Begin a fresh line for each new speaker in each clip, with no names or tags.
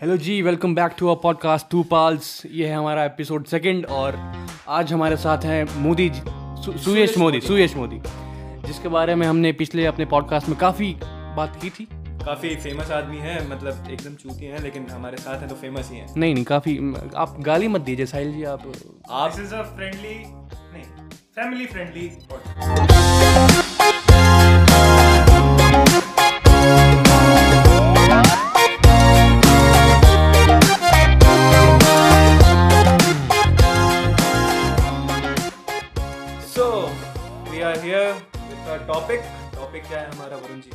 Hello ji welcome back to our podcast two pals ये है हमारा एपिसोड सेकंड और आज हमारे साथ हैं मोदी जी- सु- सुयश मोदी सुयश मोदी जिसके बारे में हमने पिछले अपने पॉडकास्ट में काफ़ी बात की थी
काफी फेमस आदमी है मतलब एकदम चूती हैं लेकिन हमारे साथ हैं तो फेमस ही हैं
नहीं नहीं काफ़ी आप गाली मत दीजिए साहिल जी आप
आप
This is a friendly, नहीं, family friendly podcast.
So we are here with a topic topic क्या है हमारा वरुण जी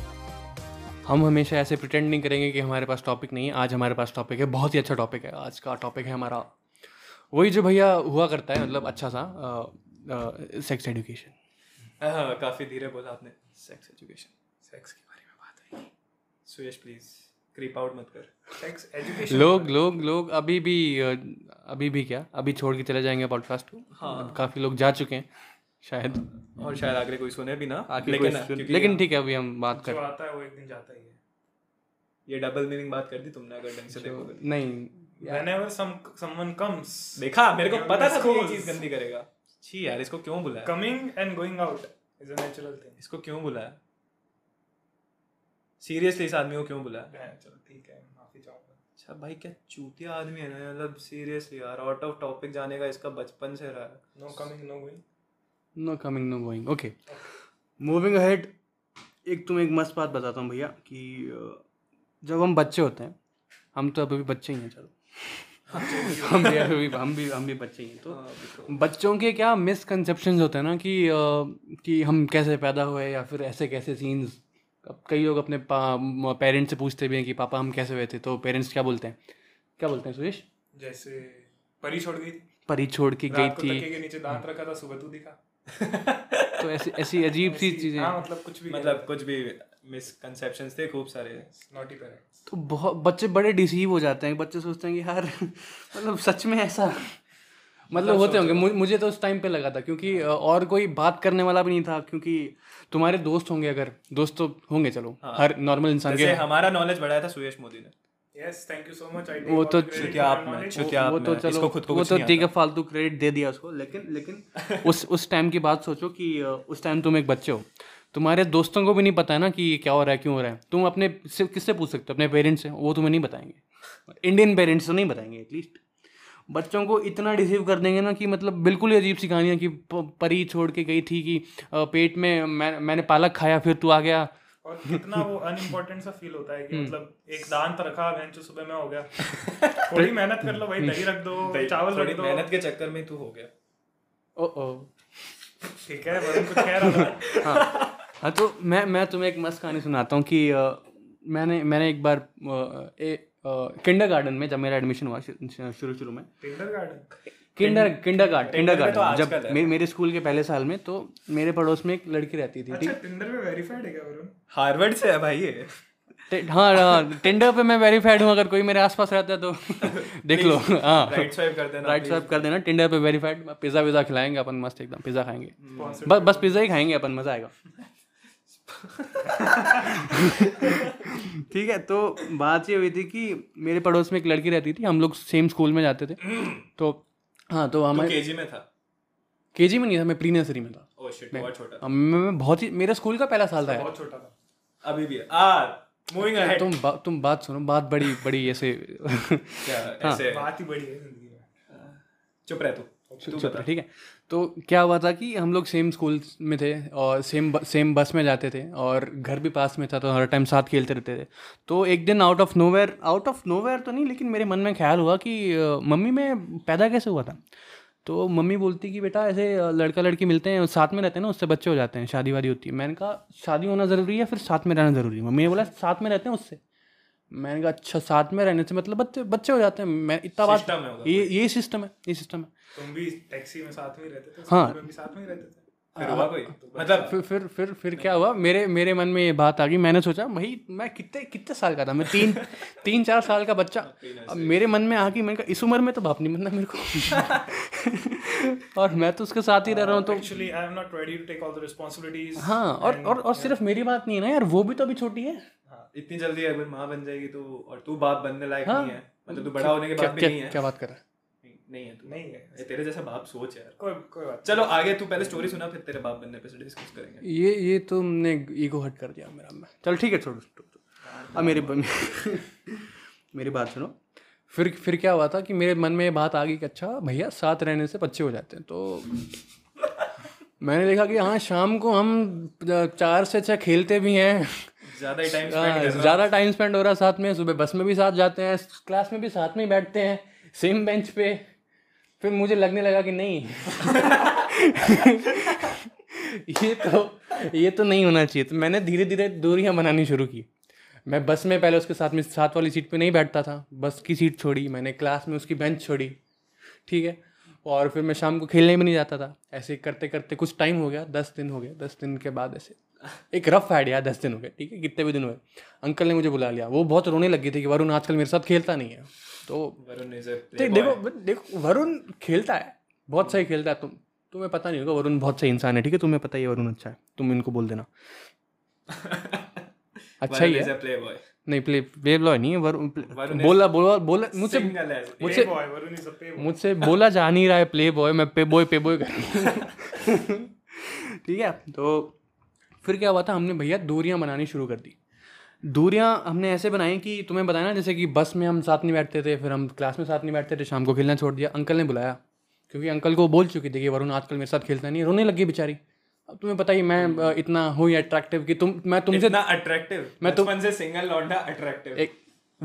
हम हमेशा ऐसे प्रिटेंड नहीं करेंगे कि हमारे पास टॉपिक नहीं है आज हमारे पास टॉपिक है बहुत ही अच्छा टॉपिक है आज का टॉपिक है हमारा वही जो भैया हुआ करता है मतलब अच्छा सा सेक्स एजुकेशन
हाँ, काफी धीरे बोला आपने सेक्स एजुकेशन सेक्स के बारे में बात आएगी सुयश प्लीज क्रीप आउट मत कर
Sex education.
लोग लोग लोग अभी भी अ, अभी भी क्या अभी छोड़ के चले जाएंगे पॉडकास्ट को
हाँ।
काफ़ी लोग जा चुके हैं शायद
और शायद आगे कोई सुने भी ना
आखिर
लेकिन
कोई-
हाँ, क्योंकि
लेकिन ठीक है अभी हम बात
जो
कर
आता है वो एक दिन जाता ही है.
ये डबल मीनिंग बात कर दी तुमने अगर ढंग से देखो तो।
नहीं
Whenever some someone comes,
देखा मेरे को पता था तू ये
Schools.
चीज गंदी करेगा छी यार इसको क्यों बुलाया
coming and going out is a natural thing.
इसको क्यों बुलाया सीरियसली इस आदमी को क्यों बुलाया
है, चलो ठीक है, माफी चाहूंगा.
अच्छा भाई क्या चूतिया आदमी है ना मतलब सीरियसली यार आउट ऑफ टॉपिक जाने का इसका बचपन से रहा है
No coming, no going.
No coming no going okay moving ahead एक तुम्हें एक मस्त बात बताता हूँ भैया कि अ, जब हम बच्चे होते हैं हम तो अभी भी बच्चे ही हैं चलो
हाँ,
हम भी अभी भी हम भी हम भी बच्चे ही हैं तो बच्चों के क्या मिसकंसेप्शन होते हैं ना कि अ, कि हम कैसे पैदा हुए या फिर ऐसे कैसे सीन्स कई लोग अपने पेरेंट्स से पूछते भी हैं कि पापा हम कैसे हुए थे तो पेरेंट्स क्या बोलते हैं क्या बोलते हैं सुरेश
जैसे परी छोड़ गई थी,
परी छोड़ के गई
रात को
थी Hmm.
तकिए के नीचे दांत रखा था, सुबह तू दिखा.
तो ऐसी ऐसी अजीब सी
ऐसी-
चीज़ें
हाँ, मतलब कुछ भी
मतलब कुछ भी मिसकंसेप्शंस थे खूब सारे
नॉटी पेरेंट्स
तो बहुत बच्चे बड़े डिसीव हो जाते हैं बच्चे सोचते हैं कि यार मतलब सच में ऐसा मतलब होते होंगे मु- मुझे तो उस टाइम पे लगा था क्योंकि अ, और कोई बात करने वाला भी नहीं था क्योंकि तुम्हारे दोस्त होंगे अगर दोस्त तो होंगे चलो
हाँ।
हर नॉर्मल इंसान के
जैसे हमारा नॉलेज बढ़ाया था सुयश मोदी ने
yes thank you so much आई
वो तो
चूतिया आप में चूतिया
वो
आप
तो
में इसको
चलो
खुद को
वो
कुछ
तो
नहीं
ठीक है फालतू क्रेडिट दे दिया उसको लेकिन लेकिन उस उस टाइम की बात सोचो कि अ, उस टाइम तुम एक बच्चे हो तुम्हारे दोस्तों को भी नहीं पता है ना कि क्या हो रहा है क्यों हो रहा है तुम अपने सिर्फ किससे पूछ सकते हो अपने पेरेंट्स से वो तुम्हें नहीं बताएंगे इंडियन पेरेंट्स तो नहीं बताएंगे एटलीस्ट बच्चों को इतना डिसीव कर देंगे ना कि मतलब बिल्कुल ही अजीब सी कहानियाँ कि प- परी छोड़ के गई थी कि अ, पेट में मैं, मैंने पालक खाया फिर तू आ गया
और कितना वो अनइम्पोर्टेंट सा फील होता है
Hmm.
कि मतलब एक दांत रखा बेंच सुबह में हो गया थोड़ी मेहनत कर लो भाई
Hmm.
दही रख दो
था
चावल रख
थोड़ी
दो
मेहनत के चक्कर में तू हो गया
ओ ओ
ठीक है वरुण कुछ कह रहा था
हाँ तो मैं मैं तुम्हें एक मस्त कहानी सुनाता हूँ कि अ, मैंने मैंने एक बार किंडर गार्डन में जब मेरा एडमिशन हुआ शु- शु- शुरू शुरू में
Tinder garden
kinder Kinder garden kinder
में तो
गार्डन जब
आजकल है।
मे, मेरे स्कूल के पहले साल में तो मेरे पड़ोस में एक लड़की रहती थी
अच्छा टिंडर में वेरीफाइड है क्या वरुण
हार्वर्ड से है भाई ये
टे- हाँ हाँ टेंडर पे मैं वेरीफाइड हूँ अगर कोई मेरे आसपास रहता है तो देख लो हाँ
राइट स्वाइप कर देना
राइट स्वाइप कर देना टेंडर पे वेरीफाइड पिज़्ज़ा विज़्ज़ा खिलाएंगे अपन मस्त एकदम पिज़्ज़ा खाएंगे बस बस पिज़्ज़ा ही खाएंगे अपन मज़ा आएगा ठीक है तो बात ये हुई थी कि मेरे पड़ोस में एक लड़की रहती थी हम लोग सेम स्कूल में जाते थे तो हाँ तो हमारे
केजी में था
के में नहीं था मैं प्री नर्सरी में था
ओ शिट बहुत छोटा
हम- मैं मैं बहुत ही मेरा स्कूल का पहला साल था यार।
बहुत छोटा था
अभी भी आ मूविंग अहेड
तुम बा, तुम बात सुनो बात बड़ी बड़ी ऐसे तो-
क्या
हाँ।
ऐसे
बात ही बड़ी है जिंदगी में
चुप रह तू तू
चुप रहो, ठीक है तो क्या हुआ था कि हम लोग सेम स्कूल में थे और सेम सेम बस में जाते थे और घर भी पास में था तो हर टाइम साथ खेलते रहते थे तो एक दिन out of nowhere out of nowhere तो नहीं लेकिन मेरे मन में ख्याल हुआ कि अ, मम्मी मैं पैदा कैसे हुआ था तो मम्मी बोलती कि बेटा ऐसे अ, लड़का लड़की मिलते हैं और साथ में रहते हैं ना उससे बच्चे हो जाते हैं शादी वादी होती है मैंने कहा शादी होना ज़रूरी है फिर साथ में रहना ज़रूरी है मम्मी ने बोला साथ में रहते हैं उससे मैंने कहा अच्छा साथ में रहने से मतलब बच्चे बच्चे हो जाते हैं मैं इतना बात
System है होगा
ये ये सिस्टम है ये सिस्टम है
तुम भी टैक्सी में साथ में ही रहते थे
हाँ।
स्कूल में भी साथ में ही रहते थे
फिर हुआ कोई
तो
मतलब
फिर फिर फिर फिर क्या हुआ मेरे मेरे मन में ये बात आ गई मैंने सोचा भाई मैं कितने कितने साल का था मैं तीन तीन चार साल का बच्चा अब मेरे मन में आ गई मैंने कहा इस उम्र में तो बाप नहीं बनना मेरे को और मैं तो उसके साथ ही रह रहा हूँ तो
हाँ,
actually I am not ready to take all the responsibilities
हाँ और और और सिर्फ मेरी बात नहीं है ना यार वो भी तो अभी छोटी है
हाँ, इतनी जल्दी अगर माँ बन जाएगी तो और तू बाप बनने लायक नहीं है मतलब तू बड़ा होने के
क्या
बाद भी नहीं
क्या
है
क्या बात कर रहा है
नहीं- नहीं है तू
नहीं है
ये तेरे जैसा बाप सोच यार
कोई कोई बात
चलो आगे तू पहले स्टोरी सुना फिर तेरे बाप बनने पे डिस्कस करेंगे
ये ये तो तुमने ईगो हट कर दिया मेरा मैं चल ठीक है छोड़ो छोड़ो। अब मेरी मेरी बात सुनो फिर फिर क्या हुआ था कि मेरे मन में ये बात आ गई कि अच्छा भैया साथ रहने से बच्चे हो जाते हैं तो मैंने देखा कि हाँ शाम को हम चार से छः खेलते भी हैं
ज्यादा ही टाइम स्पेंड
हाँ, ज़्यादा टाइम स्पेंड हो रहा है साथ में सुबह बस में भी साथ जाते हैं क्लास में भी साथ में ही बैठते हैं सेम बेंच पे फिर मुझे लगने लगा कि नहीं ये तो ये तो नहीं होना चाहिए तो मैंने धीरे धीरे दूरियां बनानी शुरू की मैं बस में पहले उसके साथ में साथ वाली सीट पे नहीं बैठता था बस की सीट छोड़ी मैंने क्लास में उसकी बेंच छोड़ी ठीक है और फिर मैं शाम को खेलने भी नहीं जाता था ऐसे करते करते कुछ टाइम हो गया दस दिन हो गया दस दिन के बाद ऐसे एक रफ हैड यार दस दिन हो गए ठीक है कितने भी दिन हुए अंकल ने मुझे बुला लिया वो बहुत रोने लगी थी कि वरुण आजकल मेरे साथ खेलता नहीं है तो
वरुण इज अ
देख- देखो देखो वरुण खेलता है बहुत सही खेलता है तुम तुम्हें पता नहीं होगा वरुण बहुत सही इंसान है ठीक है तुम्हें पता ही है वरुण अच्छा है तुम इनको बोल देना अच्छा ही है
प्ले बॉय
नहीं प्ले प्ले बॉय नहीं है, वरुण play-
वरुण
बोला बोला बोला मुझसे
सिंगल एज
मुझसे
बॉय वरुण इज अ पे
मुझसे बोला जा नहीं रहा है प्ले बॉय मैं पे बॉय पे बॉय कर ठीक है तो फिर क्या हुआ था हमने भैया दूरियां बनानी शुरू कर दी दूरियां हमने ऐसे बनाई कि तुम्हें बताया ना जैसे कि बस में हम साथ नहीं बैठते थे फिर हम क्लास में साथ नहीं बैठते थे शाम को खेलना छोड़ दिया अंकल ने बुलाया क्योंकि अंकल को बोल चुकी थी कि वरुण आजकल मेरे साथ खेलता नहीं है। रोने लगी बेचारी अब तुम्हें पता ही मैं अ, इतना हूँ अट्रैक्टिव कि तुम मैं तुमसे
इतना अट्रैक्टिव
मैं
मैं
तो-
तुमसे सिंगल लौंडा अट्रैक्टिव
एक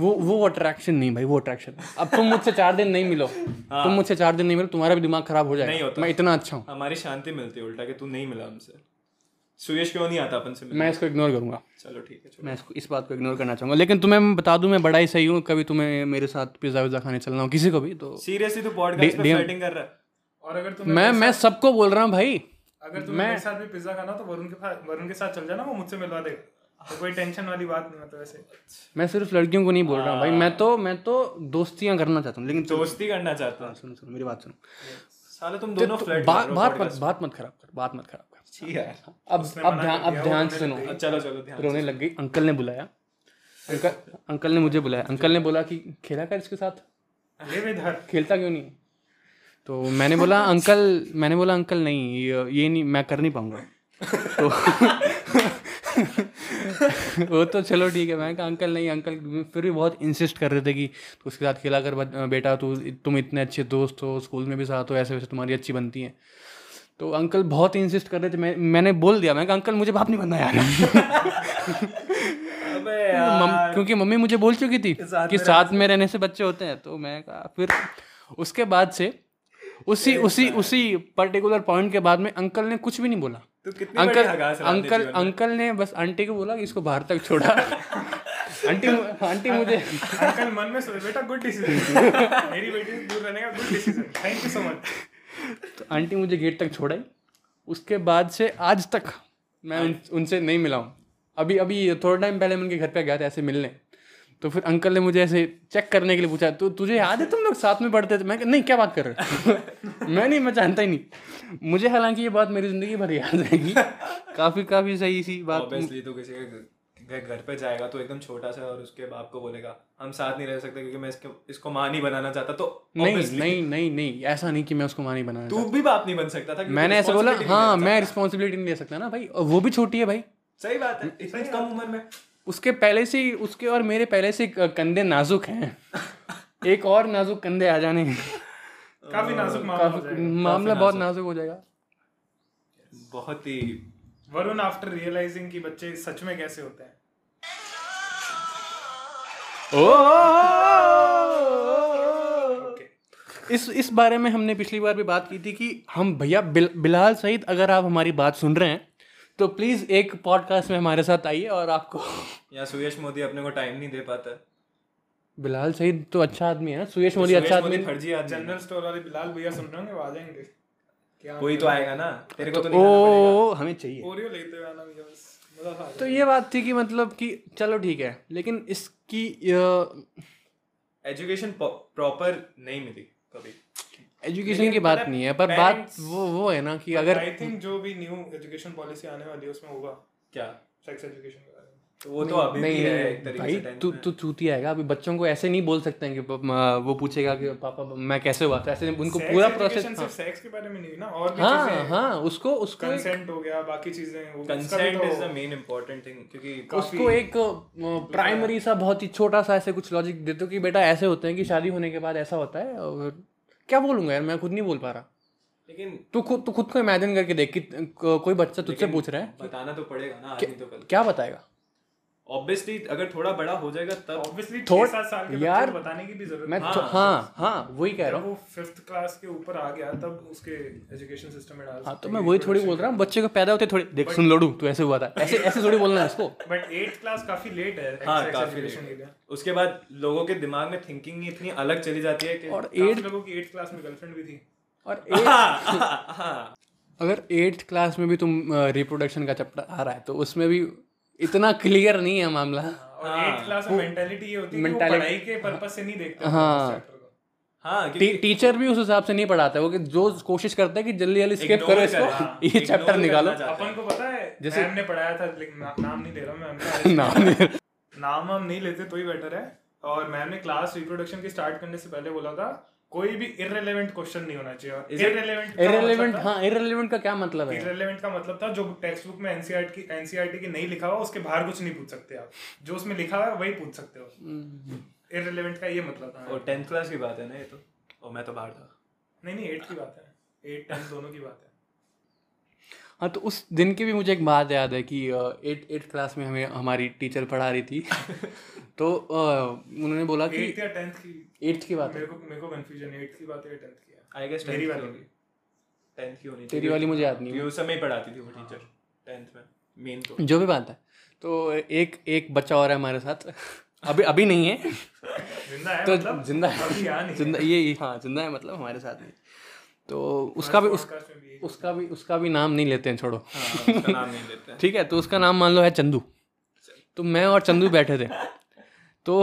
वो वो अट्रैक्शन नहीं भाई वो अट्रैक्शन अब तुम मुझसे चार दिन नहीं मिलो तुम मुझसे चार दिन नहीं मिलो तुम्हारा भी दिमाग खराब हो
हाँ। नहीं
जाएगा
होता।
मैं इतना अच्छा हूँ
हमारी शांति मिलती है उल्टा कि तू नहीं मिला हमसे सुयश क्यों नहीं आता अपन से मिलने?
मैं इसको इग्नोर करूंगा
चलो ठीक है छोड़।
मैं इसको इस बात को इग्नोर करना चाहूंगा लेकिन तुम्हें मैं बता दूं मैं बड़ा ही सही हूँ कभी तुम्हें मेरे साथ पिज्ज़ा विज़ा खाने चलना हो किसी को भी तो
सीरियसली तू पॉडकास्ट पे
DM
फाइटिंग कर रहा है
और अगर तुम
मैं मैं सबको बोल रहा हूँ भाई
अगर तुम्हें मेरे साथ भी पिज्जा खाना हो, तो वरुण के साथ वरुण के साथ चल जाना वो मुझसे मिलवा देगा तो कोई टेंशन वाली बात नहीं मतलब वैसे
मैं सिर्फ लड़कियों को नहीं बोल रहा हूँ भाई मैं तो मैं तो दोस्तियाँ करना चाहता हूँ लेकिन
दोस्ती करना चाहता हूँ
सुनो सुनो मेरी बात सुनो
साले तुम दोनों फ्लर्ट
बात बात मत बात मत खराब कर बात मत खराब कर
ठीक है यार।
अब अब ध्यान अब ध्यान से सुनो
चलो चलो ध्यान
रोने लग गई अंकल ने बुलाया अंकल अंकल ने मुझे बुलाया अंकल ने बोला कि खेला कर इसके साथ
ले विधर
खेलता क्यों नहीं है? तो मैंने बोला अंकल मैंने बोला अंकल नहीं ये, ये नहीं मैं कर नहीं पाऊंगा तो वो तो चलो ठीक है मैंने कहा अंकल नहीं अंकल फिर भी बहुत इंसिस्ट कर रहे थे कि तू उसके साथ खेला कर बच- बेटा तू तुम इतने अच्छे दोस्त हो स्कूल में भी साथ हो ऐसे वैसे तुम्हारी अच्छी बनती हैं तो अंकल बहुत इंसिस्ट कर रहे थे मैं मैंने बोल दिया मैं कहा अंकल मुझे बाप नहीं बनना यार
अबे
मम, क्योंकि मम्मी मुझे बोल चुकी थी
साथ
कि साथ में रहने से बच्चे होते हैं तो मैं कहा फिर उसके बाद से उसी उसी उसी पर्टिकुलर पॉइंट के बाद में अंकल ने कुछ भी नहीं बोला
तू तो कितनी
अंकल
बड़ी हगास है रात में
अंकल
जीवन
अंकल ने बस आंटी को बोला कि इसको बाहर तक छोड़ा आंटी आंटी मुझे
अंकल मन में सोच बेटा गुड डिसीजन मेरी बेटी से दूर रहने का good decision thank you so much
तो आंटी मुझे गेट तक छोड़ा ही उसके बाद से आज तक मैं उन, उनसे नहीं मिला हूँ अभी अभी थोड़ा टाइम पहले मैं उनके घर पे गया था ऐसे मिलने तो फिर अंकल ने मुझे ऐसे चेक करने के लिए पूछा तो तुझे याद है तुम लोग साथ में पढ़ते थे मैं कहा, नहीं क्या बात कर रहे हो मैं नहीं मैं जानता ही नहीं मुझे हालांकि ये बात मेरी ज़िंदगी भर याद रहेगी काफ़ी काफ़ी सही सी बात
ऑब्वियसली तो किसी के घ- घ- घर पे जाएगा तो एकदम छोटा सा और उसके बाप को बोलेगा हम साथ नहीं रह सकते क्योंकि मैं इसके इसको माँ नहीं बनाना चाहता तो
नहीं
obviously
नहीं नहीं नहीं ऐसा नहीं कि मैं उसको मानी बनाना
तू भी बाप नहीं बन सकता था क्योंकि
मैंने ऐसे बोला
responsibility
हाँ
नहीं
मैं रिस्पॉन्सिबिलिटी नहीं ले सकता ना भाई और वो भी छोटी है भाई
है। सही बात है इतनी कम उम्र में
उसके पहले से ही उसके और मेरे पहले से क- कंधे नाजुक हैं एक और नाजुक कंधे आ जाने हैं।
काफी नाजुक मामला हो
काफी
जाएगा
मामला बहुत नाजुक हो जाएगा
बहुत ही
वरुण आफ्टर रियलाइजिंग कि बच्चे सच में कैसे होते हैं ओके
इस इस बारे में हमने पिछली बार भी बात की थी कि हम भैया बिल, बिलाल सहित अगर आप हमारी बात सुन रहे हैं तो प्लीज़ एक पॉडकास्ट में हमारे साथ आइए और आपको
या सुयश मोदी अपने को टाइम नहीं दे पाता है।
बिलाल सहित तो अच्छा आदमी है ना सुयश मोदी
सुयश
अच्छा आदमी
मोदी फर्जी आदमी है।
जनरल स्टोर वाले बिलाल भैया सुन रहे होंगे वो आ जाएंगे क्या
कोई तो आएगा ना तेरे को तो
ओ,
नहीं आना पड़ेगा।
ओ ओ, हमें चाहिए
ओरियो लेते हुए आना भैया बस मजा आ
तो ये बात थी कि मतलब कि चलो ठीक है लेकिन इसकी
एजुकेशन प्रॉपर नहीं मिली कभी
एजुकेशन की बात
मतलब
नहीं है पर बात
parents-
वो वो है ना कि
जाएगा
अगर
आई थिंक जो भी न्यू एजुकेशन पॉलिसी आने वाली है उसमें होगा
क्या तो
सेक्स एजुकेशन के बारे में
वो तो अभी भी है एक तरीके
भाई
से tenth
तू
में।
तू चूती आएगा अभी बच्चों को ऐसे नहीं बोल सकते हैं कि प- म- वो पूछेगा कि पापा मैं कैसे हुआ था ऐसे नहीं, उनको तो पूरा प्रोसेस
सिर्फ सेक्स के बारे में नहीं ना और भी
हाँ
चीजें
हाँ उसको उसको एक-
कंसेंट हो गया बाकी चीजें वो उसका भी
कंसेंट
तो-
is the main important thing क्योंकि काफी
उसको एक प्राइमरी सा बहुत ही छोटा सा ऐसे कुछ लॉजिक देते हो कि बेटा ऐसे होते हैं कि शादी होने के बाद ऐसा होता है और क्या बोलूंगा यार मैं खुद नहीं बोल पा रहा
लेकिन
तू खुद तू खुद को इमेजिन करके देख कि को- कोई बच्चा तुझसे पूछ रहा है
बताना तो पड़ेगा ना आदमी तो कल
क्या बताएगा
ऑब्वियसली अगर थोड़ा बड़ा हो जाएगा तब
ऑब्वियसली
थोड़-
6 साल के बच्चे
यार,
को बताने की भी जरूरत
मैं
नहीं
हाँ हाँ, हाँ वही कह रहा
जब
हूँ
वो 5th क्लास के ऊपर आ गया तब उसके एजुकेशन सिस्टम में डाल
हाँ तो मैं वही थोड़ी बोल रहा हूँ बच्चे को पैदा होते थोड़ी देख सुन लोडू तू ऐसे हुआ था ऐसे ऐसे थोड़ी बोलना है उसको
बट 8th क्लास काफी लेट है
हाँ
sex
काफी
education के
late
लिए
है। उसके बाद लोगों के दिमाग में थिंकिंग इतनी अलग चली जाती है कि
और
काफी
एट
लोगों की 8th क्लास में गर्लफ्रेंड भी थी
और eight-
हाँ,
अगर एट्थ क्लास में भी तुम रिप्रोडक्शन का चैप्टर आ रहा है तो उसमें भी इतना क्लियर नहीं है मामला
और 8th क्लास में मेंटालिटी ये होती है कि
हाँ।
वो
mentality-
पढ़ाई के पर्पस से नहीं देखते हैं
हाँ।
उस chapter को।
हाँ क्योंकि
टी- टीचर भी उस हिसाब से नहीं पढ़ाता है वो कि जो कोशिश करता है कि जल्दी जल्दी स्किप
Ignore
करो
करा,
इसको ये
ignore
चैप्टर
करना
निकालो
चाहता
अपन को पता है
जैसे-
मैम ने पढ़ाया था लेकिन ना- नाम नहीं दे रहा मैं मैम का।
ना नहीं।
नाम हम नहीं लेते तो ही बेटर है और मैम ने क्लास रिप्रोडक्शन की स्टार्ट करने से पहले बोला था कोई भी इररिलेवेंट क्वेश्चन नहीं होना चाहिए
Is it-
इररिलेवेंट
इरेलीवेंट हाँ इरेलीवेंट का क्या मतलब है
इररिलेवेंट मतलब का मतलब था जो टेक्स्ट बुक में एनसीईआरटी की एनसीईआरटी की नहीं लिखा हुआ उसके बाहर कुछ नहीं पूछ सकते आप जो उसमें लिखा हुआ है वही पूछ सकते हो
Hmm।
इररिलेवेंट का ये मतलब था
और टेंथ क्लास की बात है ना ये तो और मैं तो बाहर था
नहीं नहीं 8th की बात है 8 10 दोनों की बात है
हाँ तो उस दिन की भी मुझे एक बात याद है कि एट एट्थ क्लास में हमें हमारी टीचर पढ़ा रही थी तो अ, उन्होंने बोला कि
8th या 10th की
एट्थ की बात है
मेरे को मेरे को कंफ्यूजन है 8th की बात है या 10th की है
आई गेस
मेरी
टेंथ
वाली
होगी टेंथ की होनी
तेरी वाली मुझे याद नहीं
वो समय पढ़ाती थी वो टीचर टेंथ में मेन तो
जो भी बात है तो एक एक बच्चा और है हमारे साथ अभी अभी नहीं है
जिंदा है
तो
मतलब
जिंदा है
अभी यहाँ नहीं है।
जिंदा ये ये- हाँ जिंदा है मतलब हमारे साथ में तो उसका भी उस,
podcast में भी यही-
उसका भी उसका भी नाम नहीं लेते हैं छोड़ो
हाँ, उसका नाम नहीं लेते हैं।
ठीक है तो उसका नाम मान लो है चंदू तो मैं और चंदू बैठे थे तो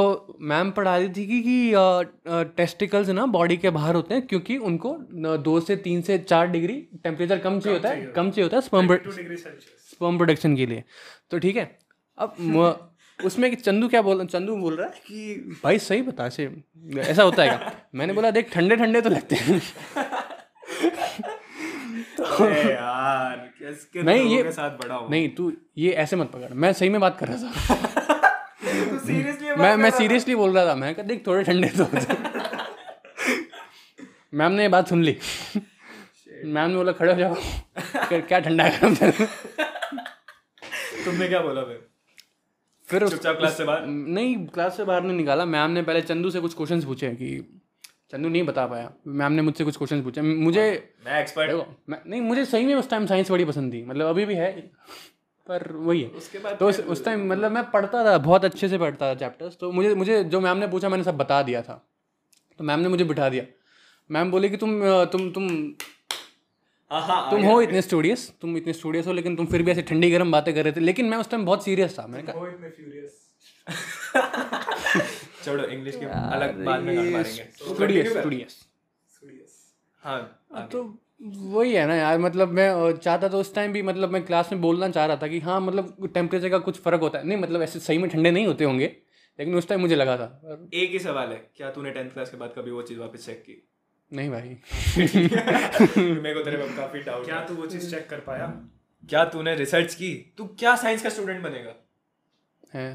मैम पढ़ा रही थी कि, कि टेस्टिकल्स ना बॉडी के बाहर होते हैं क्योंकि उनको न, दो से तीन से चार डिग्री टेम्परेचर कम चाहिए होता है कम चाहिए होता है sperm
2 degree Celsius
sperm production के लिए तो ठीक है अब म- उसमें कि चंदू क्या बोल चंदू बोल रहा है कि भाई सही बता से ऐसा होता है क्या मैंने बोला देख ठंडे ठंडे तो लगते हैं
अरे यार किसके
नहीं,
लोगों
ये-
के साथ बड़ा हो
नहीं तू ये ऐसे मत पकड़ मैं सही में बात कर रहा था
सीरियसली
मैं मैं सीरियसली बोल रहा था मैं कहा देख थोड़े ठंडे तो होते हैं। मैम ने ये बात सुन ली मैम ने बोला खड़े हो जाओ क्या- क्या ठंडा है गरम है?"
तुमने क्या बोला फिर
फिर उस-
चुपचाप क्लास से बाहर
नहीं क्लास से बाहर नहीं निकाला मैम ने पहले चंदू से कुछ क्वेश्चंस पूछे कि चंदू नहीं बता पाया मैम ने मुझसे कुछ क्वेश्चंस पूछे मुझे
मैं एक्सपर्ट
देखो मैं नहीं मुझे सही में उस टाइम साइंस बड़ी पसंद थी मतलब अभी भी है पर वही है
उसके बाद
तो उस उस टाइम मतलब मैं पढ़ता था बहुत अच्छे से पढ़ता था चैप्टर्स तो मुझे मुझे जो मैम ने पूछा मैंने सब बता दिया था तो मैम ने मुझे बिठा दिया मैम बोली कि तुम अ, तुम तुम
हाँ
तुम हो इतने स्टूडियस तुम इतने स्टूडियस हो लेकिन तुम फिर भी ऐसे ठंडी गर्म बातें कर रहे थे लेकिन मैं उस टाइम बहुत सीरियस था मैंने
वो इतने फ्यूरियस
छोड़ो इंग्लिश के अलग बाद में गाना मारेंगे
कहा स्टूडियस स्टूडियस
फ्यूरियस
हाँ
तो वही है ना यार मतलब मैं अ, चाहता तो उस टाइम भी मतलब मैं क्लास में बोलना चाह रहा था कि हाँ मतलब टेम्परेचर का कुछ फ़र्क होता है नहीं मतलब ऐसे सही में ठंडे नहीं होते होंगे लेकिन उस टाइम मुझे लगा था पर
एक ही सवाल है क्या तूने टेंथ क्लास के बाद कभी वो चीज़ वापस चेक की
नहीं भाई
मेरे को तेरे पर काफी डाउट
क्या तू वो चीज चेक कर पाया
क्या तूने रिसर्च की तू क्या साइंस का स्टूडेंट बनेगा
है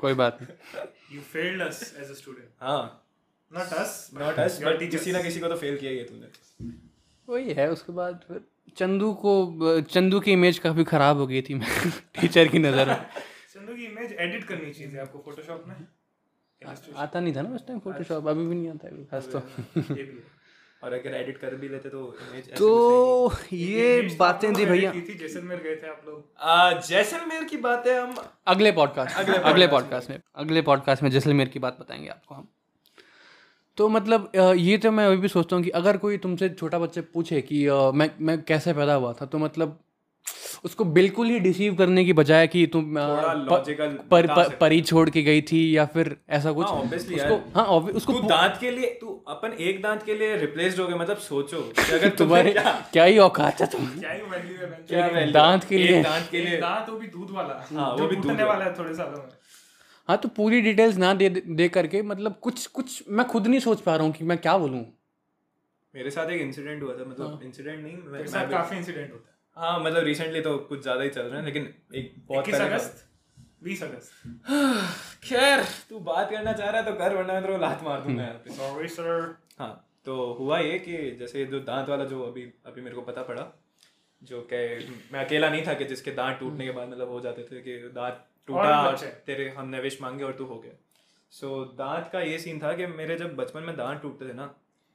कोई बात नहीं
you failed us as a student
हाँ
not us
not us but किसी ना किसी को तो फेल किया ही है तूने
वही है उसके बाद फिर चंदू को चंदू की इमेज काफ़ी ख़राब हो गई थी मैं टीचर की नज़र में
चंदू की इमेज एडिट करनी चाहिए आपको फोटोशॉप में
आता नहीं था ना उस टाइम फोटोशॉप अभी भी नहीं आता है कोई खास तो
ये भी है।
और अगर एडिट कर भी लेते तो इमेज
तो ये
Image तो आप
बातें
लोग
थी
edit
भैया
की थी जैसलमेर गए थे आप लोग
जैसलमेर की बात है हम
अगले पॉडकास्ट
अगले
अगले
podcast
पॉडकास्ट में अगले पॉडकास्ट में जैसलमेर की बात बताएंगे आपको हम तो मतलब अ, ये तो मैं अभी भी सोचता हूँ कि अगर कोई तुमसे छोटा बच्चे पूछे कि अ, मैं मैं कैसे पैदा हुआ था तो मतलब उसको बिल्कुल ही डिसीव करने की बजाय कि तुम अ,
थोड़ा
प-
logical
पर,
बता
पर,
सकते
परी छोड़ के गई थी या फिर ऐसा कुछ
हाँ, obviously
उसको
यार।
हाँ obvi- उसको
तू
पू-
दांत के लिए तू अपन एक दांत के लिए रिप्लेस्ड हो गए मतलब सोचो कि अगर तुम्हारे
तुम्हारे
क्या
क्या ही औकात है तुम
क्या ही वैल्यू है बेंच
क्या value है?
दांत के
एक
लिए।
दांत के लिए
दांत वो भी दूध वाला
हाँ, वो
जो
भी दूध
टूटने
वाला।
वाला है थोड़े सालों में
हाँ तो पूरी डिटेल्स ना दे दे करके मतलब कुछ कुछ मैं खुद नहीं सोच पा रहा हूँ कि मैं क्या बोलूँ
मेरे साथ एक इंसिडेंट हुआ था मतलब
हाँ।
इंसिडेंट नहीं मैं-
मेरे
मैं
साथ काफी इंसिडेंट होता है
हाँ मतलब रिसेंटली तो कुछ ज्यादा ही चल रहा है लेकिन एक बहुत
21
पहले का-
अगस्त 20 अगस्त
खैर तू बात करना चाह रहा है तो कर वरना मैं तेरे को लात मार
हम्म।
दूंगा यहाँ पे
सॉरी सर
हाँ तो हुआ ये कि जैसे जो दांत वाला जो अभी अभी मेरे को पता पड़ा जो के मैं अकेला नहीं था कि जिसके दांत टूटने के बाद मतलब हो जाते थे कि दांत टूटा
और
और
बचे।
तेरे हमने विश मांगे और तू हो गया सो दांत का ये सीन था कि मेरे जब बचपन में दांत टूटते थे ना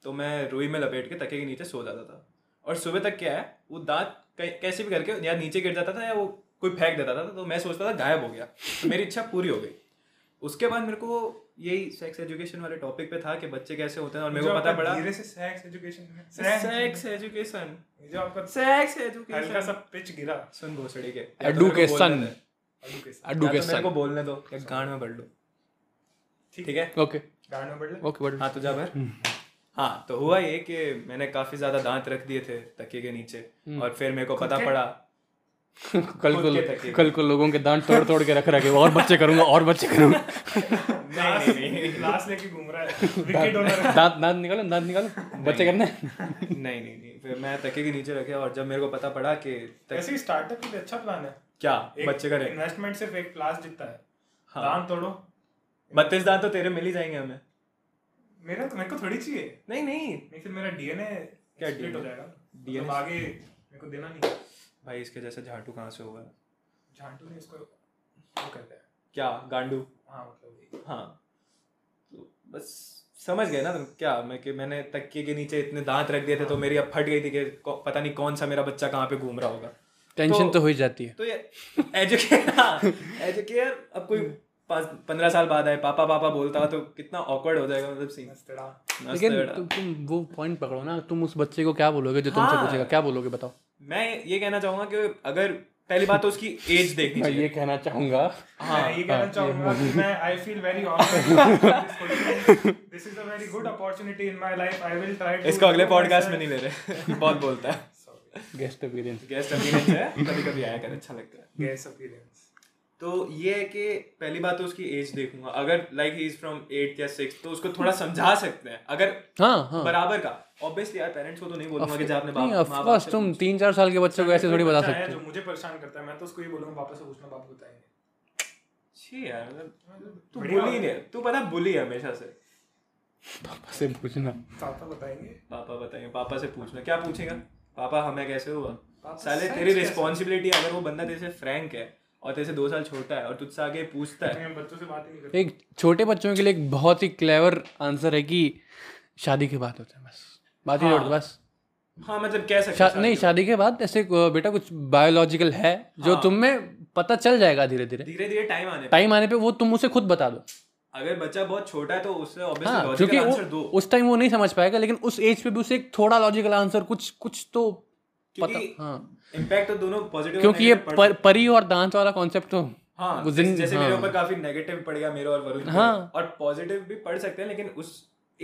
तो मैं रुई में लपेट के तकिए के नीचे सो जाता था और सुबह तक क्या है वो दांत कै- कैसे भी करके या नीचे गिर जाता था या वो कोई फेंक देता था तो मैं सोचता था गायब हो गया तो मेरी इच्छा पूरी हो गई उसके बाद मेरे को यही सेक्स एजुकेशन वाले टॉपिक पे था कि बच्चे कैसे होते हैं और मेरे को पता पड़ा
धीरे से सेक्स एजुकेशन में
सेक्स एजुकेशन
जो आपका
सेक्स
हल्का
एजुकेशन
सा पिच गिरा
सुन घोसड़ी के
Education.
आलू के साथ
अड्डू के
या तो मेरे को
सन
बोलने दो या गांड में बढ़ लो ठीक है
ओके
गाना बढ़ ले
ओके बट
हाँ तो जा भर हाँ तो हुआ ये कि मैंने काफी ज्यादा दांत रख दिए थे तकिए के नीचे और फिर मेरे को पता
हम्म। के?
पड़ा
कल
खुद के
को
तकिए।
कल को लोगों के दांत तोड़ तोड़ के रख रखे और बच्चे करूंगा और बच्चे करूंगा
नहीं नहीं नहीं
लास्ट लेके घूम रहा है विकेट डॉलर
दांत दांत निकालो दांत निकालो बच्चे करने
नहीं नहीं नहीं फिर मैं तकिए के नीचे रखे और जब मेरे को पता पड़ा कि तक...
ऐसे स्टार्टअप के लिए अच्छा प्लान है
क्या
एक
बच्चे करें
इन्वेस्टमेंट सिर्फ एक क्लास जितना है
हाँ।
दान तोड़ो
बत्तीस दांत तो तेरे मिल ही जाएंगे हमें
मेरा तो मेरे को थोड़ी चाहिए
नहीं नहीं
नहीं फिर मेरा डीएनए
क्या
क्या डीएनए
DNA?
हो जाएगा
DNA?
डीएनए आगे मेरे को देना नहीं
भाई इसके जैसे झाटू कहाँ से हुआ है
झांटू ने इसको वो कर दिया
क्या गांडू
हाँ मतलब ये।
हाँ तो बस समझ गए ना तुम क्या मैं कि मैंने तकिए के नीचे इतने दांत रख दिए थे तो मेरी अब फट गई थी कि कौ- पता नहीं कौन सा मेरा बच्चा कहाँ पे घूम रहा होगा
टेंशन तो हो ही जाती है
तो ये एजुकेयर हाँ एजुकेयर अब कोई पाँच पंद्रह साल बाद आए पापा पापा बोलता हुआ तो कितना ऑकवर्ड हो जाएगा मतलब सीन
नस्तड़ा
लेकिन
नस्ते
तुम तुम वो पॉइंट पकड़ो ना तुम उस बच्चे को क्या बोलोगे जो तुमसे
हाँ।
पूछेगा क्या बोलोगे बताओ
मैं ये कहना चाहूंगा कि अगर पहली बात तो उसकी एज देखनी
मैं ये
चाहिए
कहना चाहूंगा
हाँ ये कहना चाहूंगा कि मैं I feel very honoured this is a very good opportunity in my life I will try
इसको अगले पॉडकास्ट में नहीं ले रहे बहुत बोलता है
गेस्ट अपीयरेंस
गेस्ट अभी है कभी कभी आया कर अच्छा लगता है
गैस अपीयरेंस
तो ये है कि पहली बात तो उसकी एज देखूंगा अगर like he is from eight या सिक्स तो उसको थोड़ा समझा सकते हैं अगर
हाँ हाँ
बराबर का ऑब्वियसली यार पेरेंट्स को तो नहीं बोलूंगा कि जा अपने
नहीं
बाप
ऑफ
माँ बाप
कोर्स
से
तुम तीन चार साल के बच्चे को ऐसे तो थोड़ी बता
बच्चा है
सकते
जो मुझे परेशान करता है मैं तो उसको ये बोलूंगा पापा से पूछना पापा बताएंगे
छी यार मतलब तू बुली
बढ़िया बात
नहीं तू पता बुली है हमेशा से
हो पापा से पूछना
है। पापा बताएंगे
पापा बताइए पापा से पूछना क्या पूछेगा पापा हमें कैसे हुआ
पापा
साले
साइंस
तेरी
कैसे?
रिस्पॉन्सिबिलिटी अगर वो बंदा तेरे से फ्रैंक है और तेरे से दो साल छोटा है और तुझसे आगे पूछता है
मैं बच्चों से बात ही नहीं करता
एक छोटे बच्चों के लिए एक बहुत ही क्लेवर आंसर है कि शादी के बाद होता है बस बात ही
हाँ,
छोड़ दो, बस
हाँ मतलब कह सकते
शा,
हैं शादी
नहीं
के
शादी के बाद ऐसे अ, बेटा कुछ बायोलॉजिकल है जो
हाँ।
तुम में पता चल जाएगा धीरे
बाद।
धीरे
धीरे धीरे टाइम आने पे
टाइम आने पे वो तुम उसे खुद बता दो
अगर बच्चा बहुत छोटा है तो उससे ऑब्वियसली
हाँ क्योंकि
लॉजिकल
वो
आंसर दो
उस टाइम वो नहीं समझ पाएगा लेकिन उस एज पे भी उसे एक थोड़ा लॉजिकल आंसर कुछ कुछ तो पता
क्योंकि
हाँ
इम्पैक्ट तो दोनों पॉजिटिव
क्योंकि ये पर, परी और दांत वाला कॉन्सेप्ट तो
हाँ
वो
जिस-
जिन-
जैसे
हाँ।
मेरे ऊपर काफी नेगेटिव पड़ गया मेरा और वरुण पे।
हाँ।
और पॉजिटिव भी पढ़ सकते हैं लेकिन उस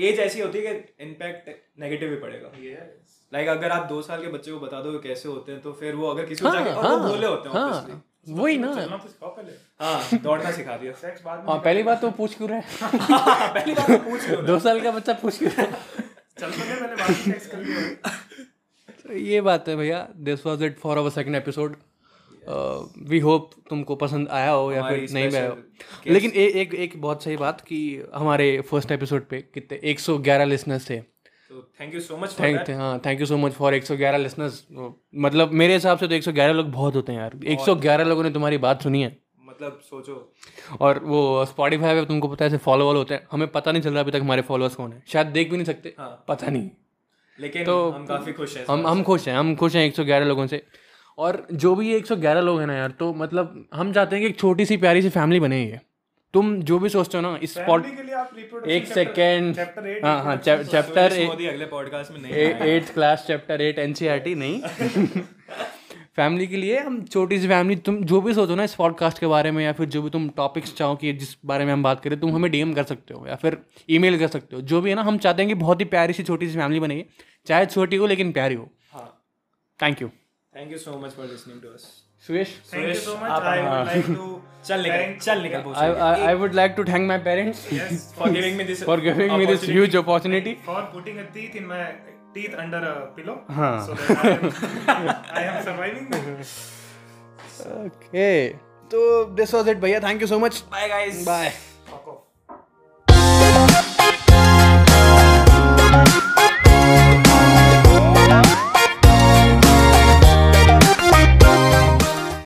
एज ऐसी होती है कि इम्पैक्ट नेगेटिव भी पड़ेगा
ये है
लाइक अगर आप दो साल के बच्चे को बता दो कि कैसे होते हैं तो फिर वो अगर किसी को
हाँ
जाके और वो भोले होते
हाँ
हैं obviously।
हाँ वही ना
चलना तो सिखाओ पहले
हाँ दौड़ना सिखा दिया
सेक्स बाद में
हाँ पहली बात तो पूछ क्यों रहे
पहली बात तो पूछ लो
दो साल का बच्चा पूछ क्यों रहा है?
चल तो गए पहले बाद में सेक्स कर लिया
तो ये बात है भैया this was it for our second episode we hope Uh, तुमको पसंद आया हो या
हमारी
फिर नहीं भी आया
special
हो
guest-
लेकिन ए, एक एक बहुत सही बात कि हमारे फर्स्ट एपिसोड पे कितने 111 लिसनर्स थे
तो thank you so much for
thank
that
हाँ thank you so much for 111 listeners मतलब मेरे हिसाब से तो 111 लोग बहुत होते हैं यार 111 लोगों ने तुम्हारी बात सुनी है
मतलब सोचो
और वो स्पॉटिफाई पे तुमको पता है ऐसे फॉलो वॉल होते हैं हमें पता नहीं चल रहा अभी तक हमारे फॉलोअर्स कौन है शायद देख भी नहीं सकते
हाँ।
पता नहीं
लेकिन
तो-
हम काफी खुश हैं
हम हम खुश हैं हम खुश हैं 111 लोगों से और जो भी ये 111 लोग हैं ना यार तो मतलब हम चाहते हैं कि एक छोटी सी प्यारी सी फैमिली बने ये तुम जो भी सोचते हो ना इस पॉड
फैमिली के लिए आप रिप्रोडक्शन
एक सेकेंड
चैप्टर 8
हाँ हाँ चैप्टर
मोदी अगले पॉडकास्ट में नहीं
eighth class chapter eight N E नहीं फैमिली के लिए हम छोटी सी फैमिली तुम जो भी सोचो ना इस पॉडकास्ट के बारे में या फिर जो भी तुम टॉपिक्स चाहो कि जिस बारे में हम बात करें तुम हमें डीएम कर सकते हो या फिर ईमेल कर सकते हो जो भी है ना हम चाहते हैं कि बहुत ही प्यारी सी छोटी सी फैमिली बने चाहे छोटी हो लेकिन प्यारी हो
हाँ
thank you
thank you so much for listening to us
Suresh
thank you so
आप-
मच आई
हाँ।
वुड लाइक टू
चल निकल चल निकल
I I would like to thank my parents
yes
for giving me this
for giving me this huge opportunity
for putting a teeth in my teeth under a pillow
Huh.
so that I am, I am surviving.
Okay तो this was it भैया thank you so much
bye guys
bye